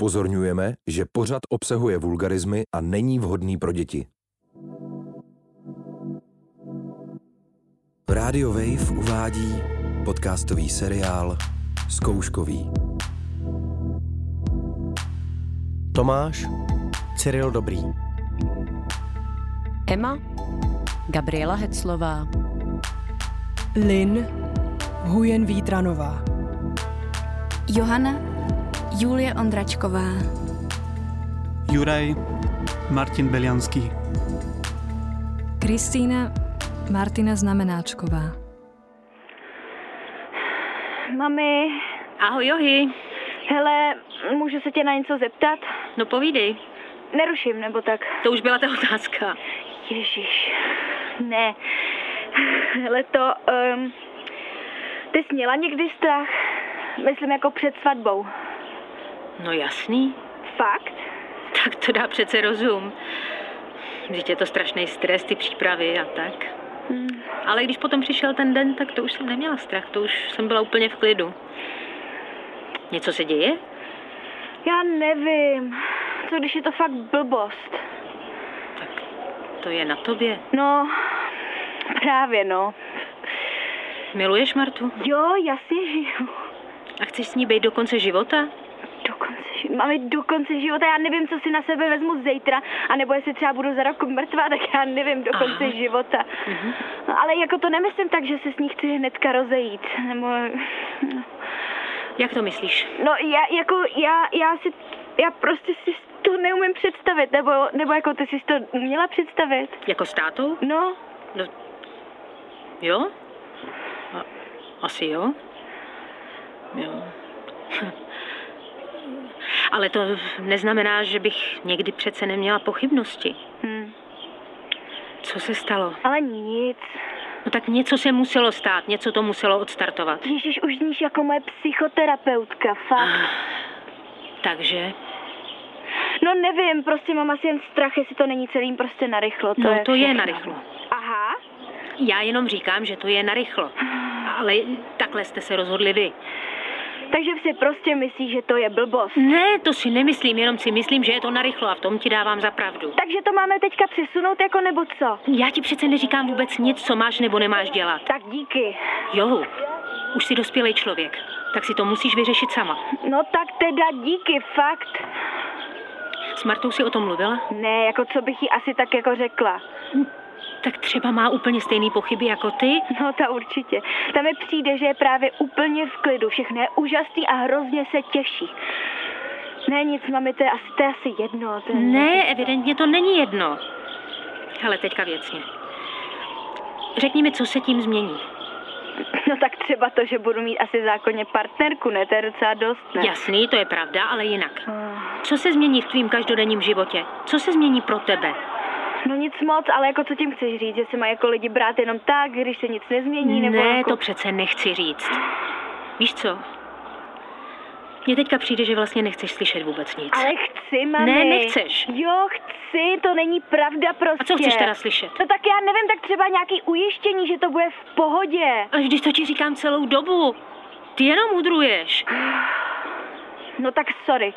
Upozorňujeme, že pořad obsahuje vulgarizmy a není vhodný pro děti. Radio Wave uvádí podcastový seriál Zkouškový. Tomáš, Cyril Dobrý. Emma, Gabriela Heclová, Lin Hujen Vítranová. Johana Julie Ondračková. Juraj, Martin Belianský. Kristýna Martina Znamenáčková. Mami, Ahoj Johy, hele, můžu se tě na něco zeptat? no povídej, Neruším, nebo tak? to už byla ta otázka. Ježíš, ne. Hele to, um, ty jsi měla někdy strach? Myslím jako před svatbou. No jasný, Fakt? tak to dá přece rozum. Vždyť je to strašný stres, ty přípravy a tak. Hmm. Ale když potom přišel ten den, tak to už jsem neměla strach, to už jsem byla úplně v klidu. Něco se děje? Já nevím. Co když je to fakt blbost? Tak to je na tobě. No, právě no. Miluješ Martu? Jo, jasně žiju. A chceš s ní být do konce života? Do konce, ži- máme do konce života, já nevím, co si na sebe vezmu zítra, anebo jestli třeba budu za rok mrtvá, tak já nevím, do Aha. konce života. Mhm. No, ale jako to nemyslím tak, že se s ní chci hnedka rozejít, nebo... Jak to myslíš? No já, jako, já, já si, já prostě si to neumím představit, nebo, nebo jako ty jsi to uměla představit? Jako s tátou? No, Jo? A, asi jo? Jo. Ale to neznamená, že bych někdy přece neměla pochybnosti. hm. Co se stalo? ale nic. No tak něco se muselo stát, něco to muselo odstartovat. Ježíš, už zníš jako moje psychoterapeutka, fakt. Ah, Takže? No nevím, prostě mám asi jen strach, jestli to není celým prostě narychlo. To No je to je všechno. narychlo. Aha. Já jenom říkám, že to je narychlo. Ah. Ale takhle jste se rozhodli vy. Takže si prostě myslíš, že to je blbost. Ne, to si nemyslím, jenom si myslím, že je to narychlo a v tom ti dávám za pravdu. Takže to máme teďka přesunout jako nebo co? Já ti přece neříkám vůbec nic, co máš nebo nemáš dělat. Tak díky. Jo, už jsi dospělý člověk, tak si to musíš vyřešit sama. No tak teda díky, fakt. S Martou si o tom mluvila? Ne, jako co bych jí asi tak jako řekla. Tak třeba má úplně stejný pochyby jako ty? No ta určitě. Tam mi přijde, že je právě úplně v klidu. Všechno je úžasný a hrozně se těší. Ne nic, mami, to je asi, to je asi jedno. To je... Ne, evidentně to není jedno. Hele, teďka věcně. Řekni mi, co se tím změní. No tak třeba to, že budu mít asi zákonně partnerku, ne? To je docela dost, ne? Jasný, to je pravda, ale jinak. Ah, Co se změní v tvým každodenním životě? Co se změní pro tebe? No nic moc, ale jako co tím chceš říct, že se mají jako lidi brát jenom tak, když se nic nezmění, nebo Ne, jako... to přece nechci říct. Víš co? Mně teďka přijde, že vlastně nechceš slyšet vůbec nic. Ale chci, mami. Ne, nechceš. Jo, chci, to není pravda prostě. A co chceš teda slyšet? No tak já nevím, tak třeba nějaký ujištění, že to bude v pohodě. Ale vždyť to ti říkám celou dobu. Ty jenom udruješ. No tak sorry.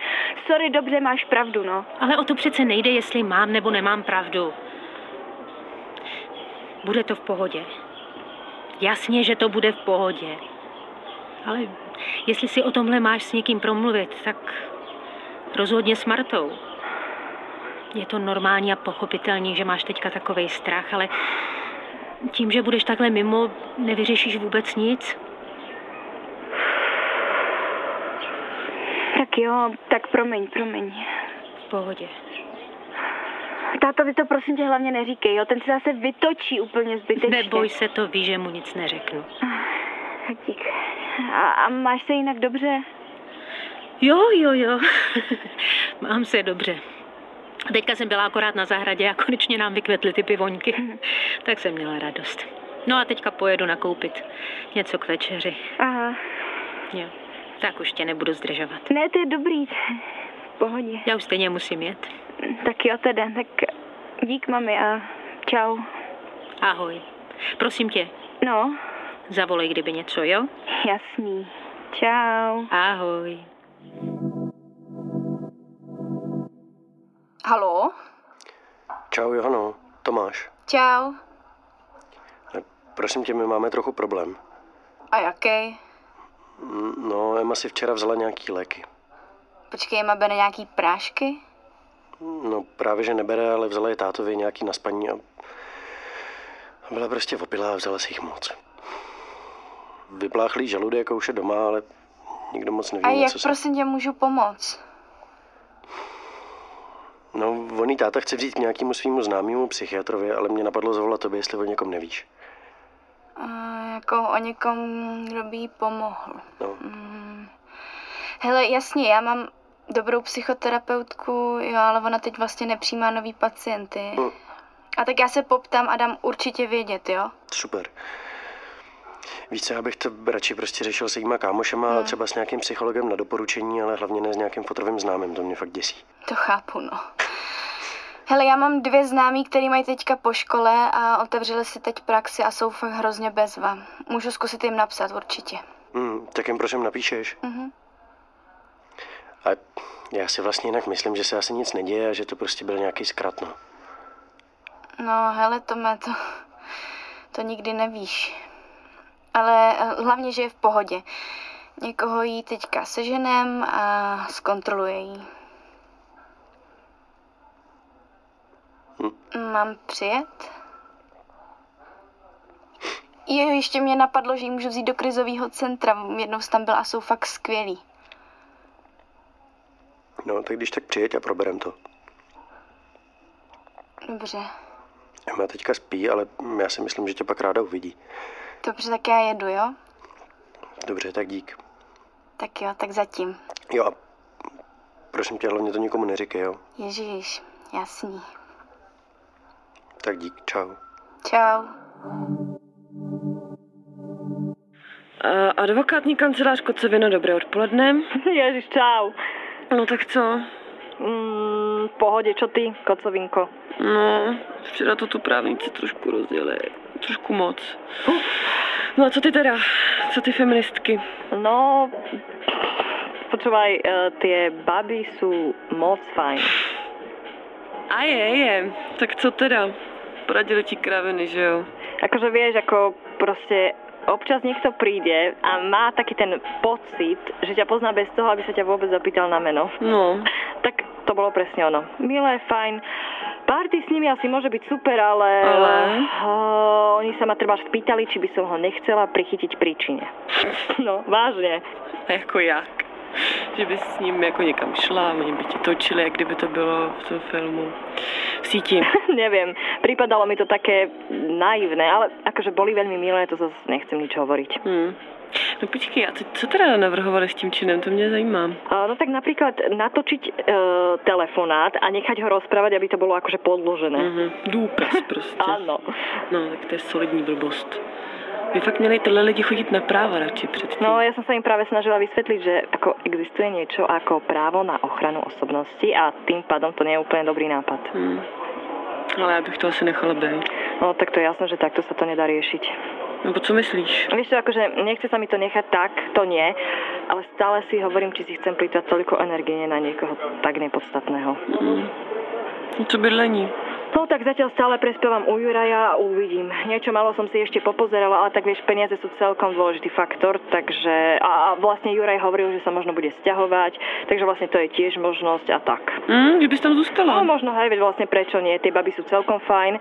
Sorry, dobře, máš pravdu, no. Ale o to přece nejde, jestli mám nebo nemám pravdu. Bude to v pohodě. Jasně, že to bude v pohodě. Ale jestli si o tomhle máš s někým promluvit, tak rozhodně s Martou. Je to normální a pochopitelný, že máš teďka takový strach, ale tím, že budeš takhle mimo, nevyřešíš vůbec nic. Tak jo, tak promiň, promiň. V pohodě. Tátovi to prosím tě hlavně neříkej, jo, ten se zase vytočí úplně zbytečně. Neboj se to, víš, že mu nic neřeknu. Tak dík. A, a máš se jinak dobře? Jo, jo, jo. Mám se dobře. Teďka jsem byla akorát na zahradě a konečně nám vykvetly ty pivoňky. tak jsem měla radost. No a teďka pojedu nakoupit něco k večeři. Aha. Jo. Tak už tě nebudu zdržovat. Ne, to je dobrý. V pohodě. Já už stejně musím jet. Tak jo teda, tak dík mami a čau. Ahoj. Prosím tě, No, zavolej, kdyby něco, jo? jasný. Čau. Ahoj. Halo? Čau Johano, Tomáš. Čau. Prosím tě, my máme trochu problém. A jaký? Mm, No, Emma si včera vzala nějaký léky. Počkej, má bere nějaký prášky? No právě, že nebere, ale vzala je tátovi nějaký na spaní a... a byla prostě opilá a vzala si jich moc. Vypláchlý žaludek a už je doma, ale nikdo moc neví, A jak co se... prosím tě můžu pomoct? No, oný táta chce vzít k nějakému svýmu známému psychiatrovi, ale mě napadlo zavolat tobě, jestli o někom nevíš. Uh, jako o někom, kdo by jí pomohl. No. Mm. Hele, jasně, já mám dobrou psychoterapeutku, jo, ale ona teď vlastně nepřijímá nový pacienty. Hm. A tak já se poptám a dám určitě vědět, jo? Super. Víš co, já bych to radši prostě řešil s jejíma kámošema, ale třeba s nějakým psychologem na doporučení, ale hlavně ne s nějakým fotrovým známým, to mě fakt děsí. To chápu, no. Hele, já mám dvě známí, který mají teďka po škole a otevřeli si teď praxi a jsou fakt hrozně bezva. Můžu zkusit jim napsat určitě. Hmm, tak jim prosím napíšeš. Mhm. A já si vlastně jinak myslím, že se asi nic neděje a že to prostě byl nějaký zkrat, no. No, hele, Tome, to, to nikdy nevíš. Ale eh, hlavně, že je v pohodě. Někoho jí teďka seženem a zkontroluje jí. Mám přijet? Jo, ještě mě napadlo, že ji můžu vzít do krizového centra. Jednou jsem tam byl a jsou fakt skvělí. No, tak když tak přijeď a proberem to. Dobře, Emma teďka spí, ale hm, já si myslím, že tě pak ráda uvidí. dobře, tak já jedu, jo? Dobře, tak dík. Tak jo, tak zatím. Jo a prosím tě, hlavně to nikomu neříkej, jo? Ježíš, jasný. Tak dík, čau. Čau. Eh, Advokátní kancelář Kocevina, dobré odpoledne. Ježiš, čau. No tak co? Mm, v pohode, čo ty, kocovinko? No, včera to tu právníci trošku rozdělili. Trošku moc. No a co ty teda? Co ty feministky? No, počúvaj, e, tie baby sú moc fajn. A je, je. Tak co teda? Poradili ti kraviny, že jo? Akože vieš, ako proste občas niekto príde a má taký ten pocit, že ťa pozná bez toho, aby sa ťa vôbec zapýtal na meno. No. Tak to bolo presne ono. Milé, fajn. Party s nimi asi môže byť super, ale... Ale? Eh, oni sa ma treba spýtali, či by som ho nechcela prichytiť príčine. No, vážne. A jako jak? Že bys s ním jako někam šla, oni by ti točili, jak kdyby to bylo v tom filmu. V síti. Neviem, pripadalo mi to také naivné, ale akože boli veľmi milé, to zase nechcem nič hovoriť. Hmm. No počkej, a co, co teda navrhovali s tím činem? To mě zajímá. A, No tak napríklad natočiť e, telefonát a nechať ho rozprávať, aby to bolo akože podložené. Mhm. Důkaz prostě. Áno. No, tak to je solidní blbost. By fakt měli tyhle lidi chodit na práva radši předtím. No ja som sa im práve snažila vysvetliť, že ako existuje niečo ako právo na ochranu osobnosti a tým pádom to nie je úplne dobrý nápad. Hmm. Ale já bych to asi nechala být. No tak to je jasné, že takto sa to nedá riešiť. Nebo No, co myslíš? Vieš čo, akože nechce sa mi to nechať tak, to nie, ale stále si hovorím, či si chcem plýtvať toľko energie na niekoho tak nepodstatného. Hmm. Co bydlení? No tak zatiaľ stále prespievam u Juraja a uvidím. Niečo malo som si ešte popozerala, ale tak vieš, peniaze sú celkom dôležitý faktor, takže... A, a vlastne Juraj hovoril, že sa možno bude sťahovať, takže vlastne to je tiež možnosť a tak. Hmm, že bys tam zůstala? No možno, hej, veď vlastne prečo nie, tie baby sú celkom fajn,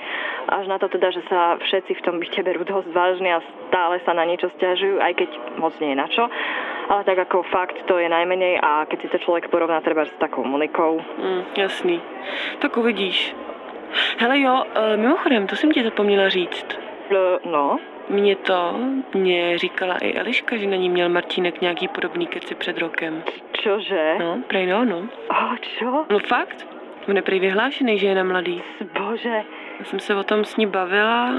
až na to teda, že sa všetci v tom byte berú dosť vážne a stále sa na niečo stiažujú, aj keď moc nie je na čo. Ale tak ako fakt to je najmenej a keď si to človek porovná treba s takou Monikou. Hmm, jasný. Tak uvidíš. Hele jo, eh, mimochodem, to jsem ti zapomněla říct. L- No, Mně to, mě říkala i Eliška, že na ní měl Martínek nějaký podobný keci před rokem. čože? No, prej no, no. O, čo? No fakt? On je prej vyhlášený, že je na mladý. Bože. Já jsem se o tom s ní bavila,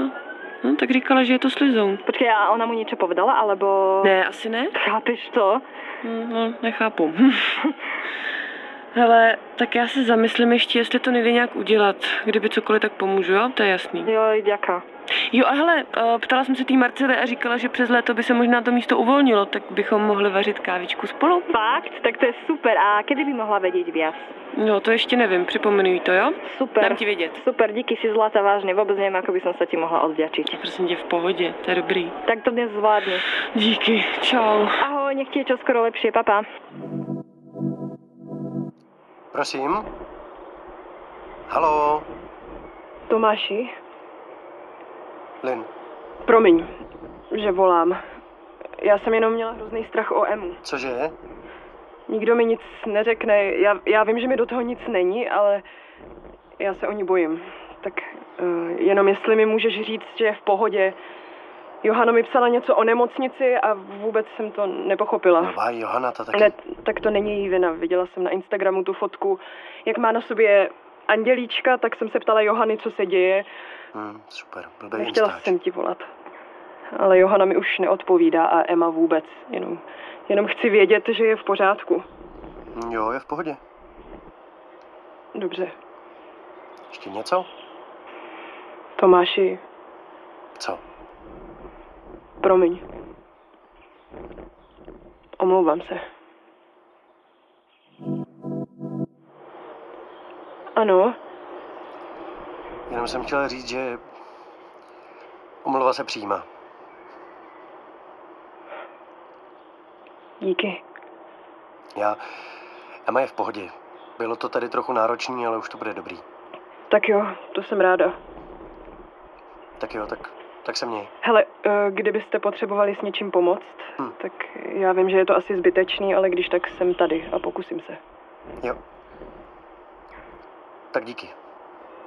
no tak říkala, že je to slizou. Počkej, a ona mu niečo povedala, alebo... Ne, asi ne? Chápeš to? Hm, No, nechápu. Hele, tak já se zamyslím ještě, jestli to nejde nějak udělat. Kdyby cokoliv, tak pomůžu, jo? To je jasný. Joj, ďaká. Jo a hele, eh, ptala jsem se té Marcely a říkala, že přes léto by se možná to místo uvolnilo, tak bychom mohli vařit kávičku spolu. Fakt? Tak to je super. A kedy by mohla vedieť viac? No to ještě nevím, připomenu jí to, jo? Super. Dám ti vědět. Super, díky si zlata, vážne. Vôbec neviem, ako by som sa ti mohla odvďačiť. Prosím tě, v pohodě, to je dobrý. Tak to dnes zvládni. Díky, čau. Ahoj, nech ti je čoskoro lepšie, papa. Prosím? Halo, Tomáši, Lin, promiň, že volám. Já jsem jenom měla hrozný strach o Emu. cože? Nikdo mi nic neřekne. Já, já vím, že mi do toho nic není, ale já se o ní bojím. Tak uh, jenom jestli mi můžeš říct, že je v pohodě. Johana mi psala něco o nemocnici a vůbec jsem to nepochopila. Nová Johana, ta taky... Ne, tak to není její vina. Viděla jsem na Instagramu tu fotku, jak má na sobě andělíčka, tak jsem se ptala Johany, co se děje. Hm, super, blbý Nechtěla Instač. jsem ti volat. Ale Johana mi už neodpovídá a Emma vůbec. Jenom, jenom chci vědět, že je v pořádku. Jo, je v pohodě. Dobře. Ještě něco? Tomáši, Co? promiň. Omlouvám se. Ano, Jenom jsem chtěl říct, že omluva se přijímá. díky. Já... Emma je v pohodě. Bylo to tady trochu náročný, ale už to bude dobrý. Tak jo, to jsem ráda. Tak jo, tak, tak se měj. Hele, eh, kdybyste potřebovali s něčím pomoct, Hm. tak já vím, že je to asi zbytečný, ale když tak jsem tady a pokusím se. Jo. Tak díky.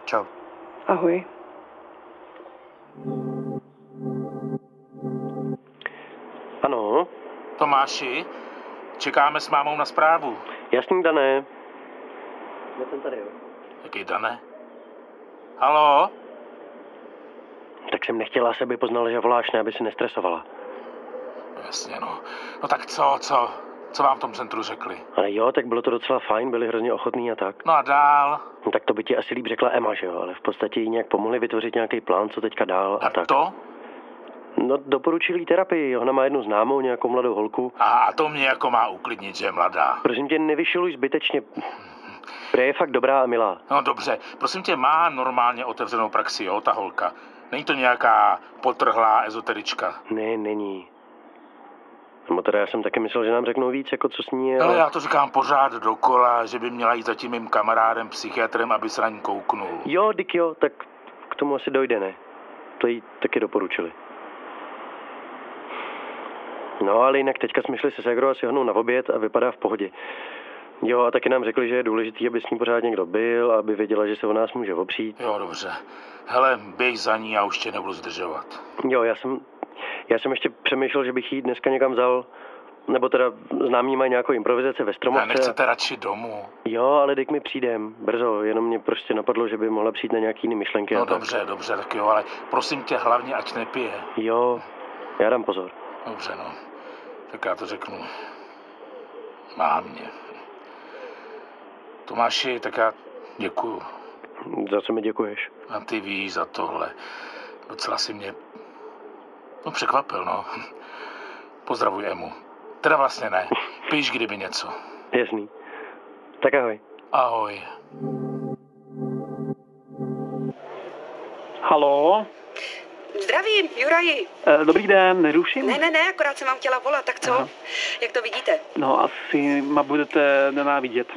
Čau. Ahoj. Ano, Tomáši, čekáme s mámou na zprávu. jasný dané. Já jsem tady, jo. Jaký dané? Halo? Tak jsem nechtěla, aby poznala, že voláš, ne, aby si nestresovala. Jasně, no. No tak co, co? Co vám v tom centru řekli? Ale jo, tak bylo to docela fajn, byli hrozně ochotní a tak. No a dál? No, tak to by ti asi líp řekla Emma, že jo, ale v podstatě jí nějak pomohli vytvořit nějaký plán, co teďka dál a, a tak. to? No, doporučili jí terapii, ona má jednu známou, nějakou mladou holku. Aha, a to mě jako má uklidnit, že je mladá. Prosím tě, nevyšiluj zbytečně. Pre je fakt dobrá a milá. No dobře, prosím tě, má normálně otevřenou praxi, jo, ta holka. Není to nějaká potrhlá ezoterička. Ne, není. No teda já jsem taky myslel, že nám řeknou víc, jako co s ní je. Ale já to říkám pořád dokola, že by měla jít za tím mým kamarádem, psychiatrem, aby se na ní kouknul. Jo, Dick, jo, tak k tomu asi dojde, ne? To jí taky doporučili. No, ale jinak teďka jsme šli se Segrou a si honou na oběd a vypadá v pohodě. Jo, a taky nám řekli, že je důležitý, aby s ní pořád někdo byl, aby věděla, že se o nás může opřít. Jo, dobře. Hele, běž za ní, já už tě nebudu zdržovat. Jo, já jsem, já jsem ještě přemýšlel, že bych jí dneska někam vzal, nebo teda známí mají nějakou improvizaci ve Já stromovce. nechcete radši domů. Jo, ale Dick mi přijdem, brzo, jenom mě prostě napadlo, že by mohla přijít na nějaký jiný myšlenky. a No tak. dobře, dobře, tak jo, ale prosím tě hlavně, ať nepije. Jo, já dám pozor. Dobře, no. Tak já to řeknu. Má mě. Tomáši, tak já děkuju. Za co mi děkuješ? A ty víš za tohle. Docela si mě... No překvapil, no. Pozdravuj Emu. Teda vlastně ne. Píš, kdyby něco. Jasný. Tak ahoj. Ahoj. Halo? Zdravím, Juraji. E, dobrý den, neruším? Ne, ne, ne, akorát jsem vám chtěla volat, tak co? Aha. Jak to vidíte? No, asi ma budete nenávidět.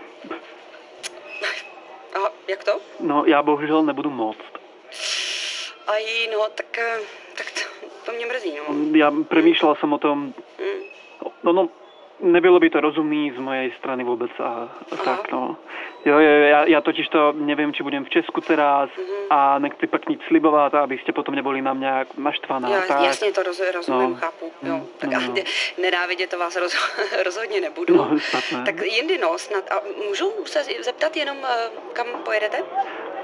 Aha, jak to? No, já bohužel nebudu moct. A jí, no, tak, eh, tak to, to mě mrzí, no. Já přemýšlel jsem o tom, Mm. no, no, nebylo by to rozumný z mojej strany vůbec a, a tak, no. Jo, jo, jo, já, já totiž to nevím, či budem v Česku teraz a nechci pak nic slibovat, abyste potom neboli na mě jak naštvaná. Já tak. jasně to roz, rozumím, No. chápu. Jo, Tak no, no. no. nenávidět to vás roz, rozhodně nebudu. No, snad ne. Tak jindy no, snad. A můžu se zeptat jenom, eh, kam pojedete?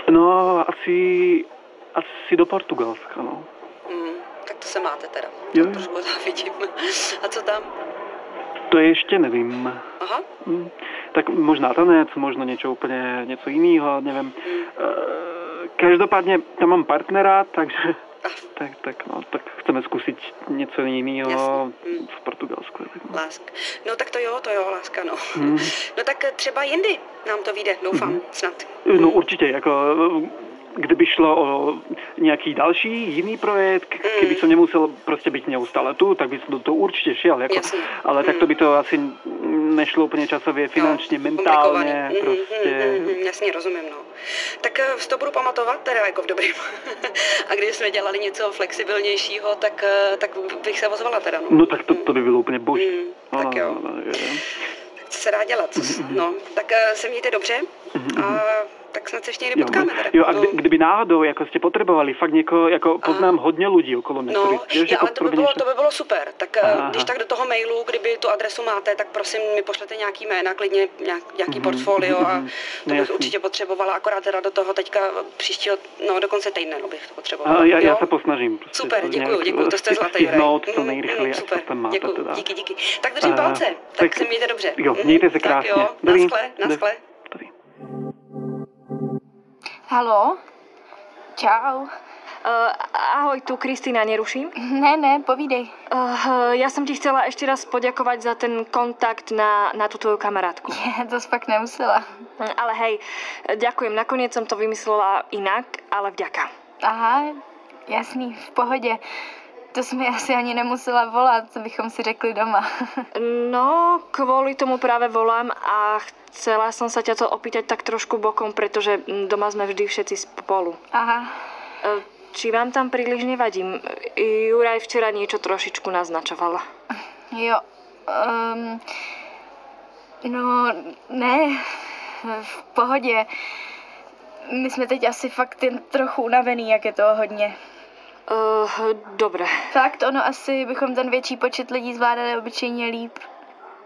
No, asi, asi do Portugalska, no. Mm, tak to se máte teda. Jo, To jo. trošku závidím. A co tam? To ještě nevím. Aha. Hm, Tak možná tanec, možno něco Eh, úplně něco jiného, nevím. E, každopádně tam mám partnera, takže Tak, tak, no, tak chceme zkusit něco jiného v Portugalsku. Tak, no. Lásk. No tak to jo, to jo, láska, no. Hm. No tak třeba jindy nám to vyjde, doufám, snad. No určitě, jako kdyby šlo o nějaký další jiný projekt, Hmm. kdyby jsem nemusel prostě být neustále tu, tak by to, to určitě šel, jako, Jasně. Hmm. No, ale tak to by to asi nešlo úplně časově, finančně, mentálně, komplikovaný. Mhm, prostě. mhm, mhm, jasně, rozumím, no. Tak eh, si to budu pamatovat, teda jako v dobrým. A když jsme dělali něco flexibilnějšího, tak, eh, tak bych se ozvala teda, no. No tak to, to by bylo úplně boží. No, Hmm, tak jo. no, no, jo. Hmm. Co se dá dělat, Mhm. co, s- no. Tak eh, se mějte dobře a tak snad se ještě někdy Jo, potkáme teda. jo, a No. kdy, kdyby náhodou jako jste potřebovali fakt někoho, jako poznám hodně lidí okolo mě, No, který, jo, jako ale to by, pro mě bylo, něco- to by bylo super. Tak eh, Aha. když tak do toho mailu, kdyby tu adresu máte, tak prosím mi pošlete nějaký jména, klidně nějak, nějaký Mhm, portfolio a mhm, to jasný. bych určitě potřebovala, akorát teda do toho teďka eh, příštího, no do konce týdne no, bych to potřebovala. A já, já Jo? se posnažím. Prostě Super, to děkuju, nějak děkuju, to jste zlatý, Juraj. Stihnout to Mm, nejrychleji, mm, až super, to tam máte děkuju, teda. díky, díky. Tak držím A, palce, tak, Eh, tak- se mějte dobře. Jo, Mhm, mějte se Tak krásně. jo, Dobrý. naschle, naschle. Halo? Čau. Uh, ahoj, tu Kristýna, neruším? Ne, ne, povídej. Uh, ja som ti chcela ešte raz poďakovať za ten kontakt na, na tú tvoju kamarátku. Je, to jsi fakt nemusela. Mm, Ale hej, ďakujem, nakoniec som to vymyslela inak, ale vďaka. Aha, jasný, v pohodě. To jsme asi ani nemusela volat, co bychom si řekli doma. No, kvôli tomu práve volám a chcela som sa ťa to opýtať tak trošku bokom, pretože mm, doma sme vždy všetci spolu. e, Aha. Či vám tam príliš nevadím? Juraj včera niečo trošičku naznačovala. Jo. Um, no, ne, v pohodě. My jsme teď asi fakt jen trochu unavený, jak je toho hodně. Uh, dobré. Fakt, ono asi bychom ten větší počet lidí zvládali obyčejně líp.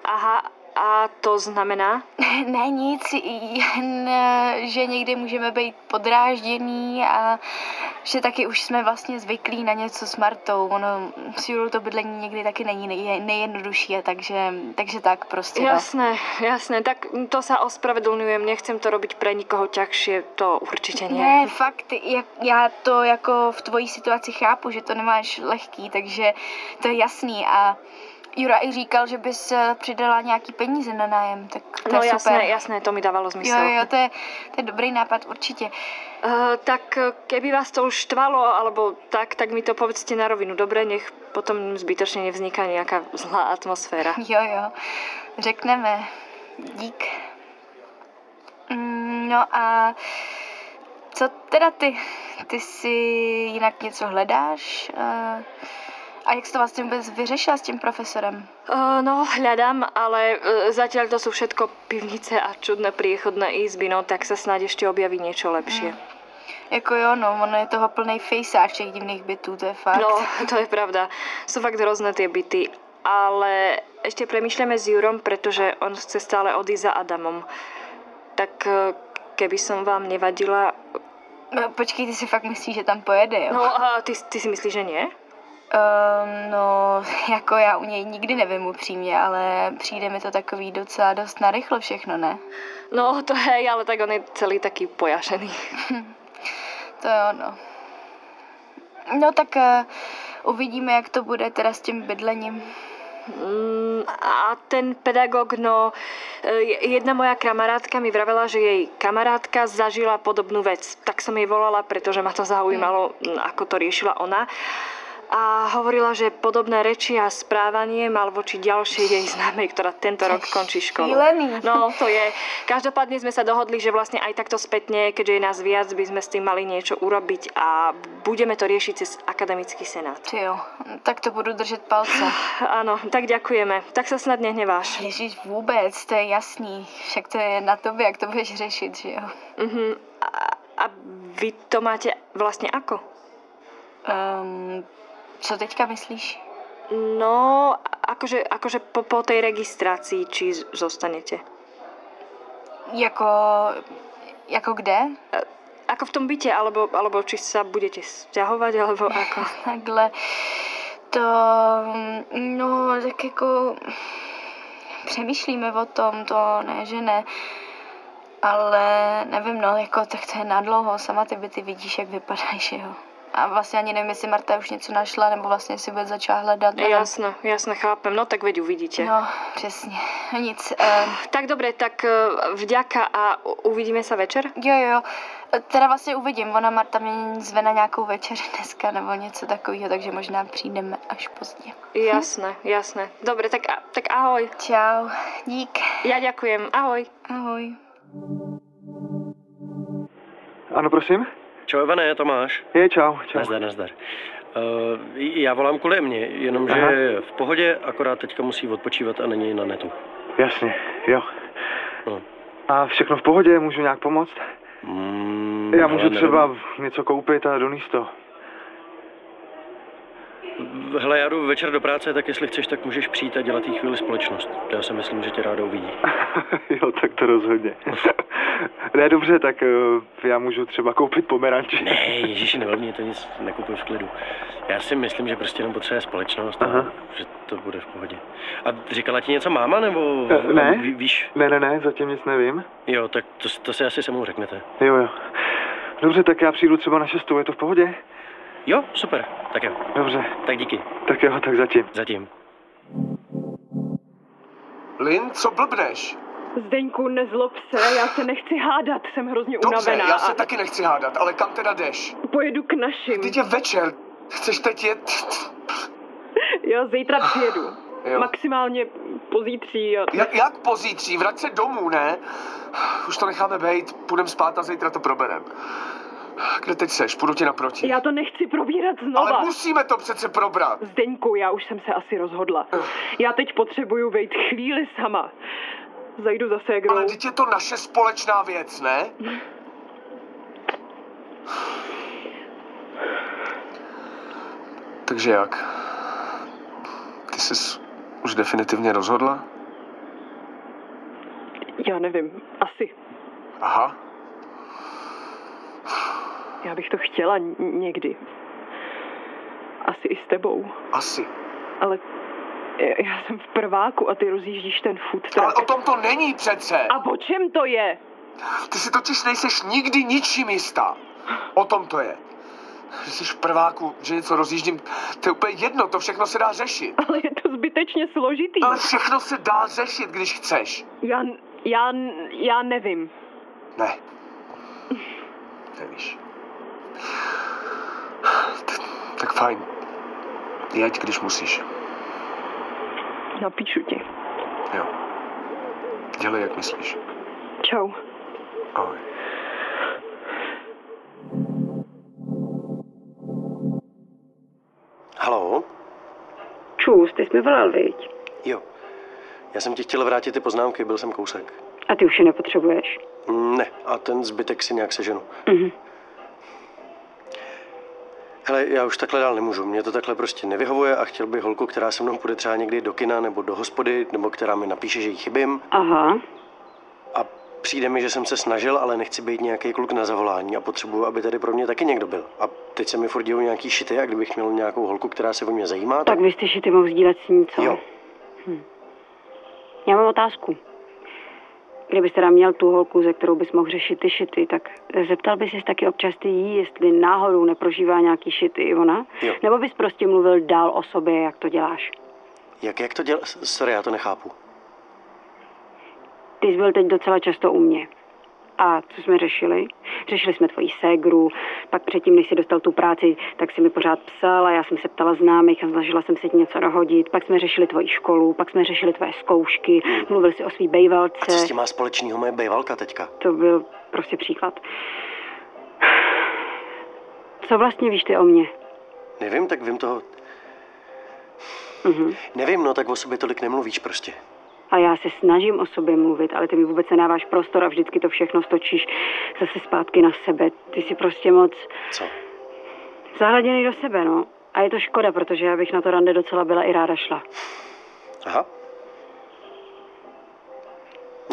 Aha, a to znamená? Ne, nic, jen, eh, že někdy můžeme být podrážděný a že taky už jsme vlastně zvyklí na něco s Martou. Ono s Julou to bydlení někdy taky není nej, nejjednodušší, a takže, takže tak prostě. no. Jasné, jasné, tak to sa ospravedlňujem, nechcem to robiť pre nikoho ťažšie, to určite nie. Ne, fakt, jak, já to jako v tvojí situaci chápu, že to nemáš lehký, takže to je jasný a Jura i říkal, že bys eh, přidala nějaký peníze na nájem, tak to No je super. jasné, jasné, to mi dávalo zmysel. Jo, jo, to je, to je dobrý nápad určitě. Uh, tak eh, keby vás to už štvalo, alebo tak, tak mi to povedzte na rovinu. Dobre, nech potom zbytočne nevzniká nejaká zlá atmosféra. Jo, jo, řekneme. Dík. Mm, No a co teda ty? Ty si jinak něco hledáš? eh, A jak jsi to vlastně vůbec vyřešila s tím profesorem? Uh, no, hľadám, ale uh, zatiaľ to sú všetko pivnice a čudné priechodné izby, no tak sa snáď ešte objaví niečo lepšie. Jako jo, no, ono je toho plný fejsáč těch divných bytů, to je fakt. No, to je pravda. Sú fakt hrozné tie byty. Ale ešte premýšľame s Jurom, pretože on chce stále odísť za Adamom. Tak eh, keby som vám nevadila... No, počkej, ty si fakt myslíš, že tam pojede, jo? No, a ty, ty si myslíš, že nie? Um, no, jako já u něj nikdy nevím upřímně, ale přijde mi to takový docela dost narychlo všechno, ne? No, to hej, ale tak on je celý taký pojašený. To jo, no. No tak eh, uvidíme, jak to bude teda s tím bydlením. Mm, A ten pedagog, no, eh, jedna moja kamarátka mi vravela, že jej kamarátka zažila podobnú vec. Tak som jej volala, pretože ma to zaujímalo, mm, ako to riešila ona. A hovorila, že podobné reči a správanie mal voči ďalšej jej známej, ktorá tento rok končí školu. šílený. No, to je. Každopádne sme sa dohodli, že vlastne aj takto spätne, keďže je nás viac, by sme s tým mali niečo urobiť a budeme to riešiť cez akademický senát. Ty jo, tak to budu držet palce. Áno, tak ďakujeme. Tak sa snad nehneváš. Ježíš, vůbec, to je jasný. Však to je na tobě, jak to budeš řešit, že jo? Uh-huh. A, a vy to máte vlastne ako? Um, co teďka myslíš? No, akože, akože po, po tej registrácii, či z- zostanete. Jako, jako kde? Ako v tom byte, alebo, alebo či sa budete sťahovať, alebo ako. Takhle, to, no, tak jako, přemýšlíme o tom, to ne, že ne, ale nevím, no, jako, tak to je na dlouho, sama ty byty vidíš, jak vypadají, že jo. A vlastně ani nevím, jestli Marta už něco našla, nebo vlastně si vůbec začala hledat. nevím. Jasno, jasno, chápem. No tak veď uvidíte. No, přesně. Nic. eh, Tak dobre, tak eh, vďaka a u- uvidíme sa večer? Jo, jo, jo. Teda vlastně uvidím, ona Marta mě zve na nějakou večeři dneska nebo něco takového, takže možná přijdeme až pozdě. Jasné, jasné. Dobre, tak, a- tak ahoj. Čau, dík. Ja ďakujem, ahoj. Ahoj. Ano, No prosím? Čau, Ivane, Tomáš. Je, čau, čau. Nazdar, nazdar. Uh, já volám kvůli mě, jenomže Aha. je v pohodě, akorát teďka musí odpočívat a není na netu. Jasně, jo. No. A všechno v pohodě, můžu nějak pomoct? Mm, Já hele, můžu nevím. třeba něco koupit a donést to. Hele, já jdu večer do práce, tak jestli chceš, tak můžeš přijít a dělat jí chvíli společnost. Já si myslím, že tě ráda uvidí. jo, tak to rozhodně. ne, dobře, tak eh, já můžu třeba koupit pomeranče. Ne, Ježíši, nevelmi, to nic nekupuju v klidu. Já si myslím, že prostě jenom potřebuje společnost, a že to bude v pohodě. A říkala ti něco máma, nebo Eh, ne. ví- víš? Ne, ne, ne, zatím nic nevím. Jo, tak to, to si asi se mnou řeknete. Jo, jo. Dobře, tak já přijdu třeba na šestou, je to v pohodě? Jo, super, tak jo. Dobře. Tak díky. Tak jo, tak zatím. Zatím. Lin, co blbneš? Zdeňku, nezlob se, já se nechci hádat, jsem hrozně Dobře, unavená. já se a taky nechci hádat, ale kam teda jdeš? Pojedu k našim. Teď je večer, chceš teď jet? Já zítra Ah. přijedu. Jo. Maximálně pozítří. A... Jak, jak pozítří? Vrať se domů, ne? Už to necháme být, půjdem spát a zítra to proberem. Kde teď seš? Půjdu ti naproti. Já to nechci probírat znova. Ale musíme to přece probrat. Zdeňku, já už jsem se asi rozhodla. Já teď potřebuju být chvíli sama. Zajdu za ségrou. Ale teď je to naše společná věc, ne? Takže jak? Ty jsi už definitivně rozhodla? Já nevím, asi. Aha. Já bych to chtěla n- někdy. Asi i s tebou. Asi. Ale j- já jsem v prváku a ty rozjíždíš ten food truck. Ale o tom to není přece. A o čem to je? Ty si totiž nejseš nikdy ničím jistá. O tom to je. Že jsi v prváku, že něco rozjíždím, to je úplně jedno, to všechno se dá řešit. Ale je to zbytečně složitý. Ale všechno se dá řešit, když chceš. Já, n- já, n- já nevím. Ne. Nevíš. T- Tak fajn. Jeď, když musíš. Napíšu ti. Jo. Dělej, jak myslíš. Čau. Ahoj. Halo? Čus, ty jsi mi volal, viď? Jo. Já jsem ti chtěl vrátit ty poznámky, byl jsem kousek. Mm, A ty už je nepotřebuješ. Ne, a ten zbytek si nějak seženu. Mhm. Hele, já už takhle dál nemůžu, mě to takhle prostě nevyhovuje a chtěl bych holku, která se mnou půjde třeba někdy do kina nebo do hospody, nebo která mi napíše, že jí chybím. Aha. A přijde mi, že jsem se snažil, ale nechci být nějaký kluk na zavolání a potřebuju, aby tady pro mě taky někdo byl. A teď se mi furt dějou nějaký šity a kdybych měl nějakou holku, která se o mě zajímá, tak... Tak vy jste si ty mohl sdílet s ní, co? Jo. Hm. Já mám otázku. Kdybys teda měl tu holku, ze kterou bys mohl řešit ty šity, tak zeptal bys se taky občas ty jí, jestli náhodou neprožívá nějaký šity i ona? Jo. Nebo bys prostě mluvil dál o sobě, jak to děláš? Jak, jak to dělá? Sorry, já to nechápu. Ty jsi byl teď docela často u mě. A co jsme řešili? Řešili jsme tvoji ségru, pak předtím, než jsi dostal tu práci, tak si mi pořád psal a já jsem se ptala známých a snažila jsem se ti něco dohodit. Pak jsme řešili tvoji školu, pak jsme řešili tvoje zkoušky, mluvil si o svý Hmm. A co s bejvalce. tím má společného moje bejvalka teďka? To byl prostě příklad. Co vlastně víš ty o mně? Nevím, tak vím toho... Mhm. Nevím, no tak o sobě tolik nemluvíš prostě. A já se snažím o sobě mluvit, ale ty mi vůbec nedáváš prostor a vždycky to všechno stočíš zase zpátky na sebe. Ty jsi prostě moc... Co? Zahleděný do sebe, no. A je to škoda, protože já bych na to rande docela byla i ráda šla. Aha.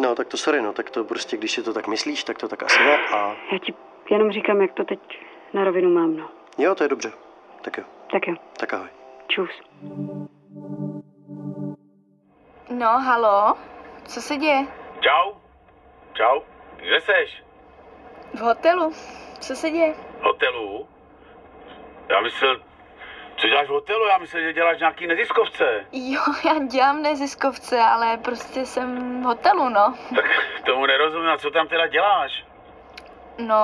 No, tak to sorry, no, tak to prostě, když si to tak myslíš, tak to tak asi je a... Já ti jenom říkám, jak to teď na rovinu mám, no. Jo, to je dobře. Tak jo, Tak jo, tak ahoj. čus. No, halo, co se děje? Čau. Čau. Kde seš? V hotelu? Co se děje? Hotelu? Já myslel, co děláš v hotelu? Já myslel, že děláš nějaký neziskovce. Jo, já dělám neziskovce, ale prostě jsem v hotelu, no. Tak tomu nerozumím, a co tam teda děláš? No,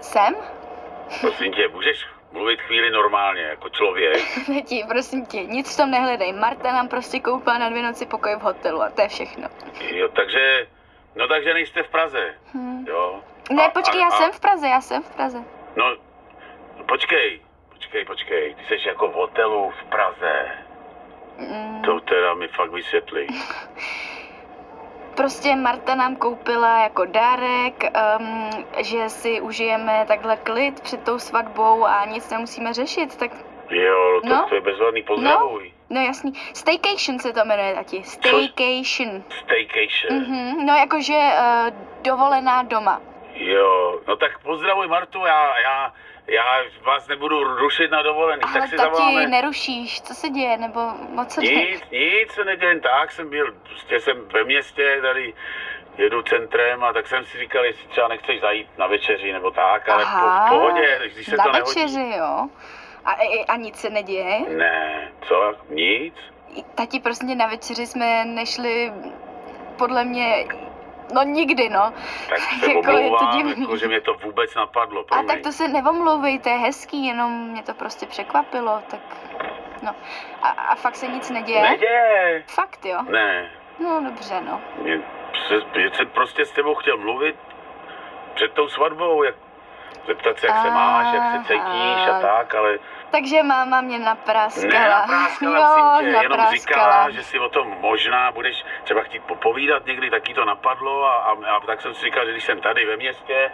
jsem? Prosím tě, můžeš mluvit chvíli normálně, jako člověk. Neti, prosím tě, nic v tom nehledej. Marta nám prostě koupila na dvě noci pokoj v hotelu a to je všechno. Jo, takže, no takže nejste v Praze, Hm. jo? Ne, A- počkej, a- já a- jsem v Praze, já jsem v Praze. No, počkej, počkej, počkej, ty jsi jako v hotelu v Praze. Mm, To teda mi fakt vysvětlí. Prostě Marta nám koupila jako dárek, um, že si užijeme takhle klid před tou svatbou a nic nemusíme řešit, tak Jo, to, No. to je bezvadný, pozdravuj. no jasný. Staycation se to jmenuje, tati. Staycation. Staycation. Mhm, no jakože uh, dovolená doma. Jo, no tak pozdravuj Martu, já, já, já vás nebudu rušit na dovolený, Ale tak si tati, zavoláme. nerušíš, co se děje, nebo moc se děje? Nic, nic se neděje, tak jsem byl, prostě jsem ve městě, tady jedu centrem a tak jsem si říkal, jestli třeba nechceš zajít na večeři nebo tak, ale Aha, po, v pohodě, když se na to nehodí. večeři, jo. A, a, a nic se neděje? Ne, co, nic? Tati, prosím tě, na večeři jsme nešli, podle mě, no nikdy, no. Tak se Jako je to omlouvám, divný. jako, že mě to vůbec napadlo, A promiň. tak to se nevomlouvej, to je hezký, jenom mě to prostě překvapilo, tak no. A, a fakt se nic neděje? Neděje. Fakt jo? Ne, No dobře, no. mě, se, mě jsem prostě s tebou chtěl mluvit před tou svatbou, jak, zeptat se, jak se máš, Ah, jak se cítíš a Aha. tak, ale Takže máma mě napráskala. Ne, ah, napráskala jsem tě, jenom říkala, napráskala. že si o tom možná budeš třeba chtít popovídat někdy, taky to napadlo a, a, a tak jsem si říkal, že když jsem tady ve městě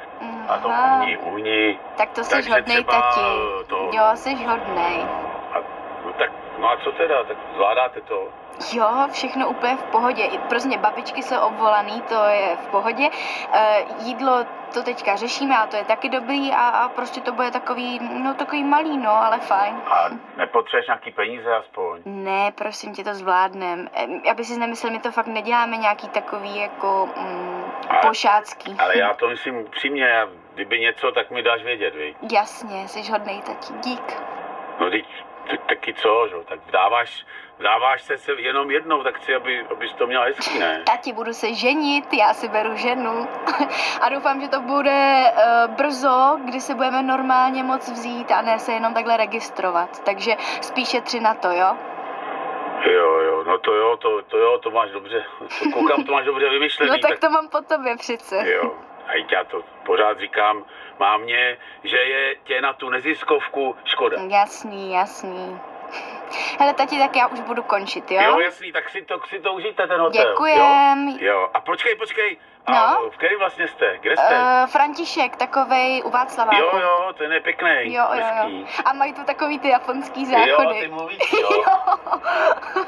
a to Aha. uhni, uhni, Tak to jsi Takže hodnej, třeba, tati. eh, to- Jo, jsi hodnej. no tak, no a co teda, tak zvládáte to? Jo, všechno úplně v pohodě. I Prostě babičky jsou obvolaný, to je v pohodě. E, jídlo to teďka řešíme a to je taky dobrý a, a prostě to bude takový, no takový malý, no, ale fajn. A nepotřebuješ nějaký peníze aspoň? Ne, prosím tě, to zvládnem. Em, Aby si nemyslel, my to fakt neděláme nějaký takový jako mm, Ale- pošácký. Ale já to myslím upřímně, já- kdyby něco, tak mi dáš vědět, viď? Jasně, jsi hodnej, tati, dík. No teď, teď taky co, že? jo, tak dáváš, dáváš se, se jenom jednou, tak chci, aby, abys to měla hezký, ne? Tati, budu se ženit, já si beru ženu a doufám, že to bude uh, brzo, kdy se budeme normálně moc vzít a ne se jenom takhle registrovat. Takže spíše tři na to, jo? No Jo, jo, no to jo, to, to jo, to máš dobře, to koukám, to máš dobře vymyšlený, No tak to mám po tobě přece. Jo, a i já to pořád říkám mámě, že je tě na tu neziskovku škoda. Jasný, jasný. Hele, tati, tak já už budu končit, jo? jo jasný, tak si to, si to užijte ten hotel. Děkujem. Jo, jo. a počkej, počkej, a No? v kterém vlastně jste, kde jste? Eh, František, takovej u Václaváku. jo, jo, ten je pěkný, jo, jo, hezký. jo. A mají tu takový ty japonský Jo, záchody. ty mluvíš, jo.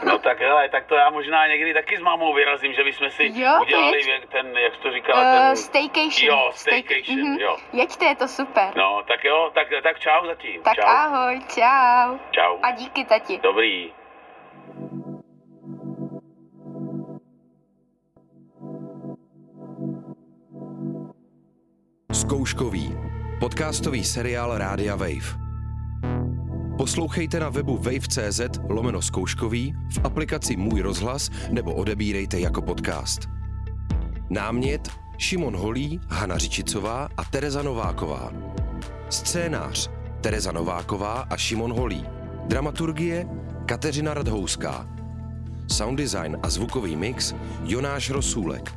No tak hele, tak to já možná někdy taky s mámou vyrazím, že bychom si Jo, to udělali jeď. ten, jak jsi to říkala, Eh, ten... staycation. Jo, Stay- staycation, mhm. jo. Jeďte, je to super. No, tak jo, tak, tak čau zatím. Tak čau. ahoj, čau. Čau. A díky, tati. Dobrý. Zkouškový. Podcastový seriál Rádia Wave. Poslouchejte na webu wave.cz lomeno zkouškový, v aplikaci Můj rozhlas nebo odebírejte jako podcast. Námět Šimon Holí, Hana Řičicová a Tereza Nováková. Scénář Tereza Nováková a Šimon Holí. Dramaturgie Kateřina Radhouská. Sound design a zvukový mix Jonáš Rosůlek.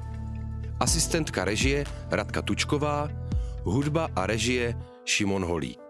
Asistentka režie Radka Tučková, hudba a režie Šimon Holík.